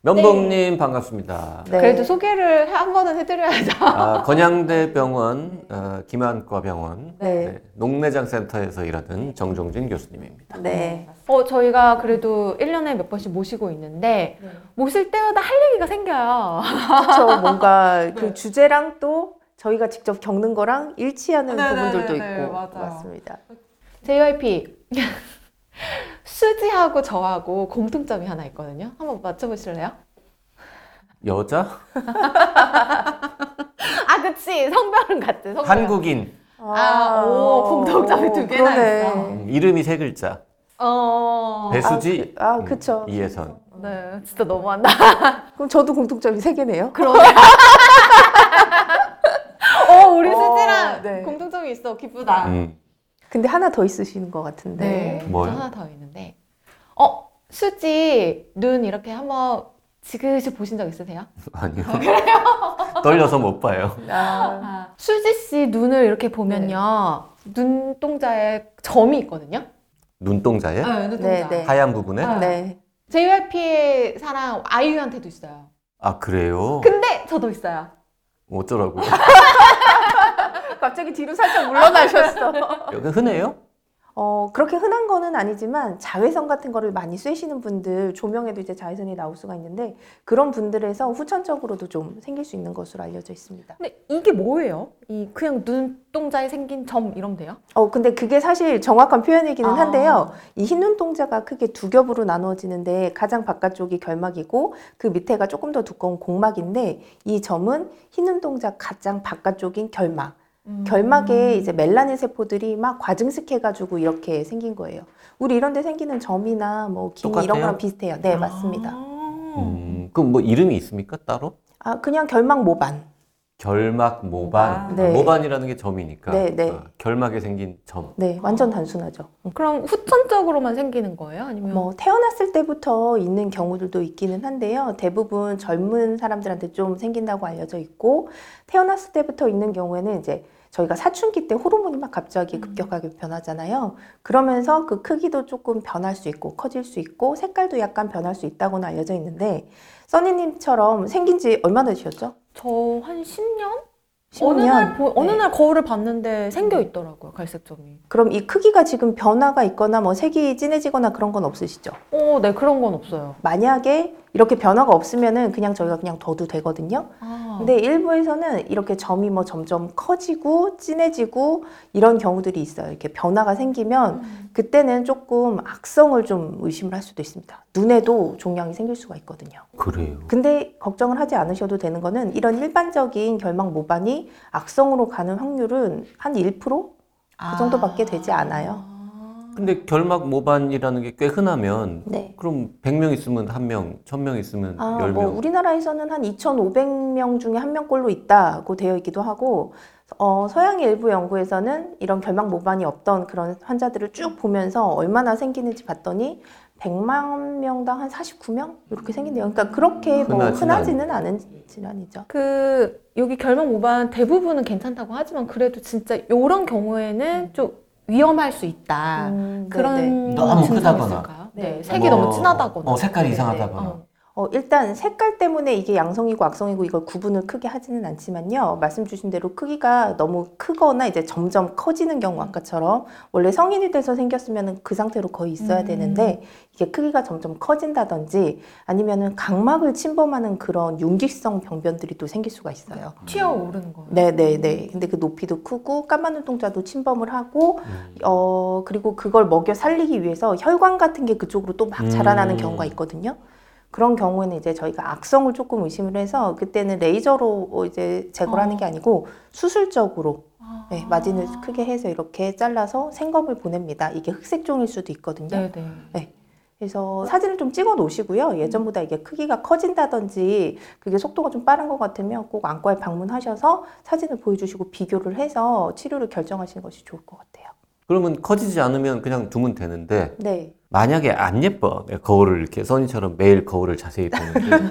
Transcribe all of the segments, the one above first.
면봉님 반갑습니다. 네. 그래도 소개를 한 번은 해드려야죠. 아, 건양대 병원 어, 김한과 병원 네. 네, 농내장 센터에서 일하는 정종진 교수님입니다. 네. 어, 저희가 그래도 1년에 몇 번씩 모시고 있는데 네. 모실 때마다 할 얘기가 생겨요. 그렇죠. 뭔가 그 네. 주제랑 또 저희가 직접 겪는 거랑 일치하는 네, 부분들도 네, 네, 있고 맞아요. 맞습니다. JYP 수지하고 저하고 공통점이 하나 있거든요. 한번 맞춰보실래요? 여자? 아, 어, 그치. 성별은 같은 성별. 한국인. 아, 오, 공통점이 두 개나 그러네. 있어. 음, 이름이 세 글자. 어. 네. 배수지. 음, 아, 그- 아, 그쵸. 이혜선. 네, 진짜 어, 너무한다. 그럼 저도 공통점이 세 개네요. 그러네. 어, 우리 어, 수지랑 네. 공통점이 있어. 기쁘다. 음, 근데 하나 더 있으신 것 같은데. 네. 뭐요? 저 하나 더 있는데. 어, 수지 눈 이렇게 한번 지그시 보신 적 있으세요? 아니요. 떨려서 못 봐요. 네. 아, 수지 씨 눈을 이렇게 보면요. 눈동자에 점이 있거든요. 눈동자에? 네, 눈동자. 네. 하얀 부분에? 아. 네. JYP의 사랑 아이유한테도 있어요. 아, 어. 그래요? 근데 저도 있어요. 어쩌라고요? 갑자기 뒤로 살짝 물러나셨어. 여기 흔해요? 어, 그렇게 흔한 거는 아니지만 자외선 같은 거를 많이 쐬시는 분들 조명에도 이제 자외선이 나올 수가 있는데 그런 분들에서 후천적으로도 좀 생길 수 있는 것으로 알려져 있습니다. 근데 이게 뭐예요? 이 그냥 눈동자에 생긴 점 이러면 돼요? 어, 근데 그게 사실 정확한 표현이기는 아. 한데요. 이 흰 눈동자가 크게 두 겹으로 나누어지는데 가장 바깥쪽이 결막이고 그 밑에가 조금 더 두꺼운 곡막인데 이 점은 흰 눈동자 가장 바깥쪽인 결막. 음. 결막에 이제 멜라닌 세포들이 막 과증식해가지고 이렇게 생긴 거예요. 우리 이런 데 생기는 점이나 뭐 김이 이런 똑같아요? 거랑 비슷해요. 네, 맞습니다. 아. 음, 그럼 뭐 이름이 있습니까? 따로? 아, 그냥 결막 모반. 결막 모반. 네. 모반이라는 게 점이니까. 네, 네. 아, 결막에 생긴 점. 네, 완전 아. 단순하죠. 음, 그럼 후천적으로만 생기는 거예요? 아니면 뭐 태어났을 때부터 있는 경우들도 있기는 한데요. 대부분 젊은 사람들한테 좀 생긴다고 알려져 있고 태어났을 때부터 있는 경우에는 이제 저희가 사춘기 때 호르몬이 막 음. 갑자기 급격하게 변하잖아요. 그러면서 그 크기도 조금 변할 수 있고 커질 수 있고 색깔도 약간 변할 수 있다고는 알려져 있는데 써니님처럼 생긴 지 얼마나 되셨죠? 저 한 10년? 음. 10년? 어느 날 보, 어느 네. 날 거울을 봤는데 생겨 있더라고요 갈색 점이. 그럼 이 크기가 지금 변화가 있거나 뭐 색이 진해지거나 그런 건 없으시죠? 어, 네 그런 건 없어요. 만약에 이렇게 변화가 없으면은 그냥 저희가 그냥 둬도 되거든요. 아, 근데 일부에서는 이렇게 점이 뭐 점점 커지고 진해지고 이런 경우들이 있어요. 이렇게 변화가 생기면 음. 그때는 조금 악성을 좀 의심을 할 수도 있습니다. 눈에도 종양이 생길 수가 있거든요. 그래요. 근데 걱정을 하지 않으셔도 되는 거는 이런 일반적인 결막 모반이 악성으로 가는 확률은 한 1%? 아. 정도밖에 되지 않아요. 아. 근데 결막 모반이라는 게 꽤 흔하면 네. 그럼 100명 있으면 한명 1000명 있으면 아, 열 10명. 뭐 우리나라에서는 한 2,500명 중에 한 명꼴로 있다고 되어 있기도 하고 어, 서양의 일부 연구에서는 이런 결막 모반이 없던 그런 환자들을 쭉 보면서 얼마나 생기는지 봤더니 100만 명당 한 49명 이렇게 생긴대요. 그러니까 그렇게 뭐 흔하진 흔하지는 않은 질환이죠. 그 여기 결막 모반 대부분은 괜찮다고 하지만 그래도 진짜 이런 경우에는 좀 위험할 수 있다. 음, 네네. 아, 그런 너무 증상이 크다거나. 있을까요? 네, 네. 색이 뭐, 너무 진하다거나. 어, 색깔이 네네. 이상하다거나. 어. 어, 일단 색깔 때문에 이게 양성이고 악성이고 이걸 구분을 크게 하지는 않지만요. 말씀 주신 대로 크기가 너무 크거나 이제 점점 커지는 경우 아까처럼 원래 성인이 돼서 생겼으면 그 상태로 거의 있어야 음. 되는데 이게 크기가 점점 커진다든지 아니면은 각막을 침범하는 그런 융기성 병변들이 또 생길 수가 있어요. 튀어 오르는 거예요. 네네네. 근데 그 높이도 크고 까만 눈동자도 침범을 하고 음. 어 그리고 그걸 먹여 살리기 위해서 혈관 같은 게 그쪽으로 또 막 자라나는 음. 경우가 있거든요. 그런 경우에는 이제 저희가 악성을 조금 의심을 해서 그때는 레이저로 어, 이제 제거를 어. 하는 게 아니고 수술적으로 아. 네, 마진을 크게 해서 이렇게 잘라서 생검을 보냅니다. 이게 흑색종일 수도 있거든요. 네, 네네. 그래서 사진을 좀 찍어 놓으시고요. 예전보다 이게 크기가 커진다든지 그게 속도가 좀 빠른 것 같으면 꼭 안과에 방문하셔서 사진을 보여주시고 비교를 해서 치료를 결정하시는 것이 좋을 것 같아요. 그러면 커지지 않으면 그냥 두면 되는데 네. 만약에 안 예뻐 거울을 이렇게 선이처럼 매일 거울을 자세히 보는데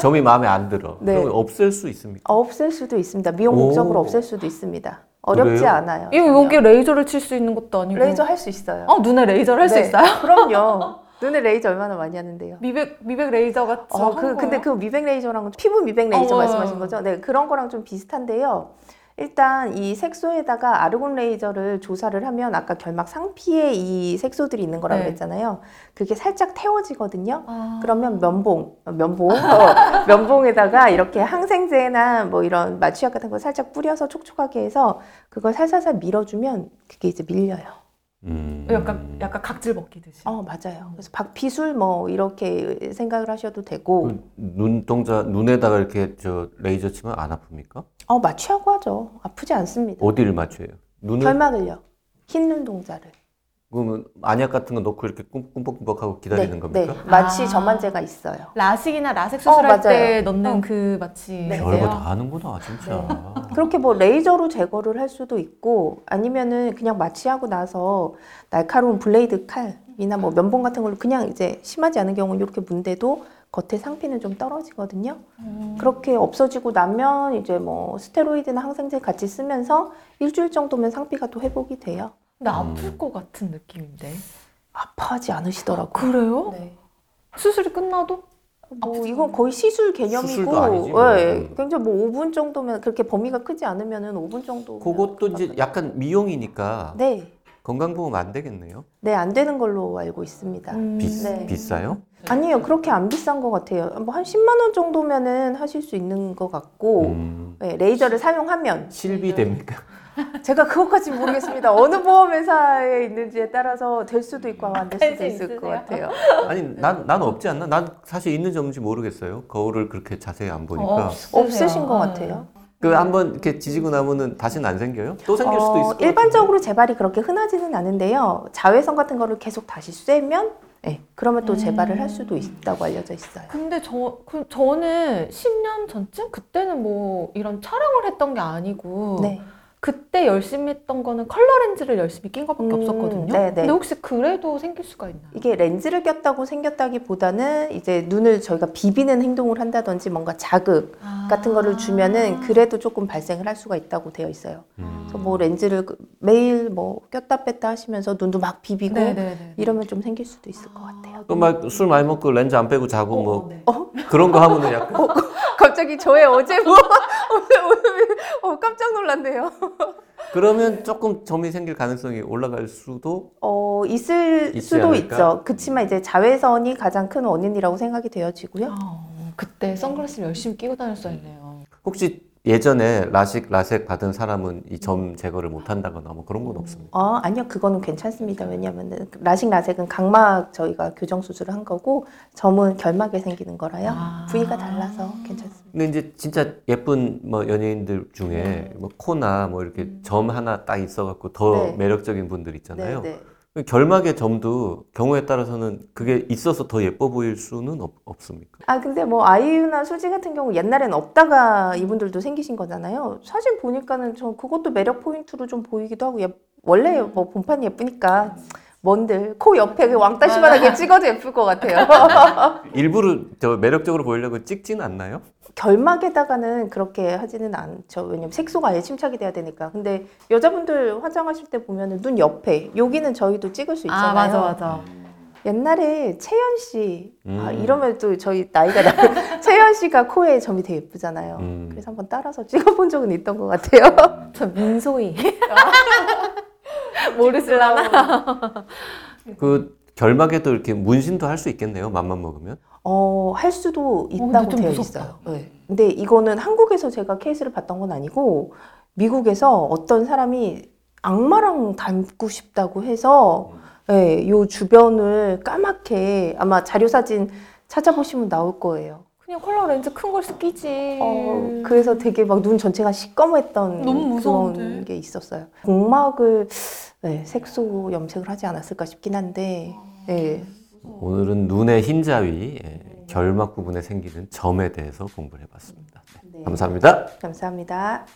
점이 마음에 안 들어 네. 그러면 없앨 수 있습니까? 없앨 수도 있습니다. 미용 목적으로 오. 없앨 수도 있습니다. 어렵지 그래요? 않아요. 이거 여기 레이저를 칠 수 있는 것도 아니고. 레이저 할 수 있어요. 어 눈에 레이저를 할 수 네, 있어요? 그럼요. 눈에 레이저 얼마나 많이 하는데요. 미백 미백 레이저 같은. 어, 그, 근데 그 미백 레이저랑 피부 미백 레이저 어. 말씀하신 거죠? 네, 그런 거랑 좀 비슷한데요. 일단 이 색소에다가 아르곤 레이저를 조사를 하면 아까 결막 상피에 이 색소들이 있는 거라고 네. 그랬잖아요. 그게 살짝 태워지거든요. 아. 그러면 면봉, 어, 면봉, 어, 면봉에다가 이렇게 항생제나 뭐 이런 마취약 같은 걸 살짝 뿌려서 촉촉하게 해서 그걸 살살살 밀어주면 그게 이제 밀려요. 음. 약간 약간 각질 벗기듯이. 어, 맞아요. 그래서 박피술 뭐 이렇게 생각을 하셔도 되고. 그 눈동자 눈에다가 이렇게 저 레이저 치면 안 아픕니까? 어, 마취하고 하죠. 아프지 않습니다. 어디를 맞춰요? 눈을 결막을요. 흰 눈동자를. 그러면 안약 같은 거 넣고 이렇게 꿈- 꿈뻑꿈뻑하고 기다리는 겁니까? 네. 마취 아. 저만제가 있어요. 라식이나 라섹 어, 수술할 맞아요. 때 넣는 어. 그 마치. 네. 별거 다 하는구나 진짜. 그렇게 뭐 레이저로 제거를 할 수도 있고 아니면은 그냥 마취하고 나서 날카로운 블레이드 칼이나 뭐 면봉 같은 걸로 그냥 이제 심하지 않은 경우는 이렇게 문대도 겉에 상피는 좀 떨어지거든요. 음. 그렇게 없어지고 나면 이제 뭐 스테로이드나 항생제 같이 쓰면서 일주일 정도면 상피가 또 회복이 돼요. 근데 음. 아플 것 같은 느낌인데. 아파하지 않으시더라고요. 그래요? 네. 어? 수술이 끝나도? 뭐 이건 거의 시술 개념이고 수술도 아니지, 예, 뭐. 예. 굉장히 뭐 5분 정도면 그렇게 범위가 크지 않으면은 5분 정도 그것도 이제 약간 미용이니까 네. 건강보험 안 되겠네요. 네, 안 되는 걸로 알고 있습니다. 음. 비, 네. 비싸요? 아니요, 그렇게 안 비싼 것 같아요. 뭐 한 10만 원 정도면은 하실 수 있는 것 같고, 음, 네, 레이저를 사용하면 실비 됩니까? 제가 그것까지 모르겠습니다. 어느 보험회사에 있는지에 따라서 될 수도 있고 안 될 수도 할수 있을 것 있으세요? 같아요. 아니 난, 난 없지 않나? 난 사실 있는지 없는지 모르겠어요. 거울을 그렇게 자세히 안 보니까. 어, 어. 없으세요. 없으신 것 음. 같아요. 그 한번 이렇게 지지고 나면은 다시는 안 생겨요? 또 생길 어, 수도 있을 것 일반적으로 재발이 그렇게 흔하지는 않은데요. 자외선 같은 거를 계속 다시 쐬면, 네, 그러면 또 재발을 음. 할 수도 있다고 알려져 있어요. 근데 저, 그, 저는 10년 전쯤? 그때는 뭐 이런 촬영을 했던 게 아니고 네. 그때 열심히 했던 거는 컬러 렌즈를 열심히 낀 것밖에 음, 없었거든요. 네, 네. 근데 혹시 그래도 생길 수가 있나요? 이게 렌즈를 꼈다고 생겼다기보다는 이제 눈을 저희가 비비는 행동을 한다든지 뭔가 자극 같은 아. 거를 주면은 그래도 조금 발생을 할 수가 있다고 되어 있어요. 음. 그래서 뭐 렌즈를 그- 매일 뭐 꼈다 뺐다 하시면서 눈도 막 비비고 네네네. 이러면 좀 생길 수도 있을 것 같아요. 또막술 많이 먹고 렌즈 안 빼고 자고 뭐 어. 네. 그런 거 하면은 약간 갑자기 저의 어제 뭐 오늘 오늘 어, 깜짝 놀랐네요. 그러면 조금 점이 생길 가능성이 올라갈 수도 어 있을 있지 수도 않을까? 음. 있죠. 그렇지만 이제 자외선이 가장 큰 원인이라고 생각이 되어지고요. 아, 그때 선글라스를 열심히 끼고 다녔어야 음. 했네요. 혹시 예전에 라식 라섹 받은 사람은 이 점 제거를 못 한다거나 뭐 그런 건 없습니다. 아, 아니요. 그거는 괜찮습니다. 왜냐면은 라식 라섹은 각막 저희가 교정 수술을 한 거고 점은 결막에 생기는 거라요. 아. 부위가 달라서 괜찮습니다. 근데 이제 진짜 예쁜 뭐 연예인들 중에 뭐 코나 뭐 이렇게 점 하나 딱 있어갖고 더 음. 네. 매력적인 분들 있잖아요. 네, 네. 결막의 점도 경우에 따라서는 그게 있어서 더 예뻐 보일 수는 없, 없습니까? 아, 근데 뭐 아이유나 수지 같은 경우 옛날엔 없다가 이분들도 생기신 거잖아요. 사진 보니까는 전 그것도 매력 포인트로 좀 보이기도 하고 예- 원래 음. 뭐 본판이 예쁘니까 뭔들 코 옆에 그 아. 왕따시만하게 찍어도 예쁠 것 같아요. 일부러 저 매력적으로 보이려고 찍진 않나요? 결막에다가는 그렇게 하지는 않죠. 왜냐면 색소가 아예 침착이 돼야 되니까. 근데 여자분들 화장하실 때 보면은 눈 옆에 여기는 저희도 찍을 수 있잖아요. 아 맞아 맞아. 옛날에 채연 씨 아, 음. 이러면 또 저희 나이가 나. 채연 씨가 코에 점이 되게 예쁘잖아요. 음. 어, 그래서 한번 따라서 찍어본 적은 있던 것 같아요. 저 민소희. 모르실라나? 그 결막에도 이렇게 문신도 할 수 있겠네요. 맘만 먹으면. 어, 할 수도 근데 있다고 좀 되어 무섭다. 있어요. 네. 근데 이거는 한국에서 제가 케이스를 봤던 건 아니고 미국에서 어떤 사람이 악마랑 닮고 싶다고 해서 네, 요 주변을 까맣게 아마 자료 사진 찾아보시면 나올 거예요. 그냥 컬러 렌즈 큰 걸 끼지. 어, 그래서 되게 막 눈 전체가 시꺼맸던 음. 너무 무서운데. 그런 게 있었어요. 아. 복막을 네, 색소 염색을 하지 않았을까 싶긴 한데 네, 오늘은 눈의 흰자위 예, 결막 부분에 생기는 점에 대해서 공부를 해봤습니다. 네, 네. 감사합니다. 감사합니다.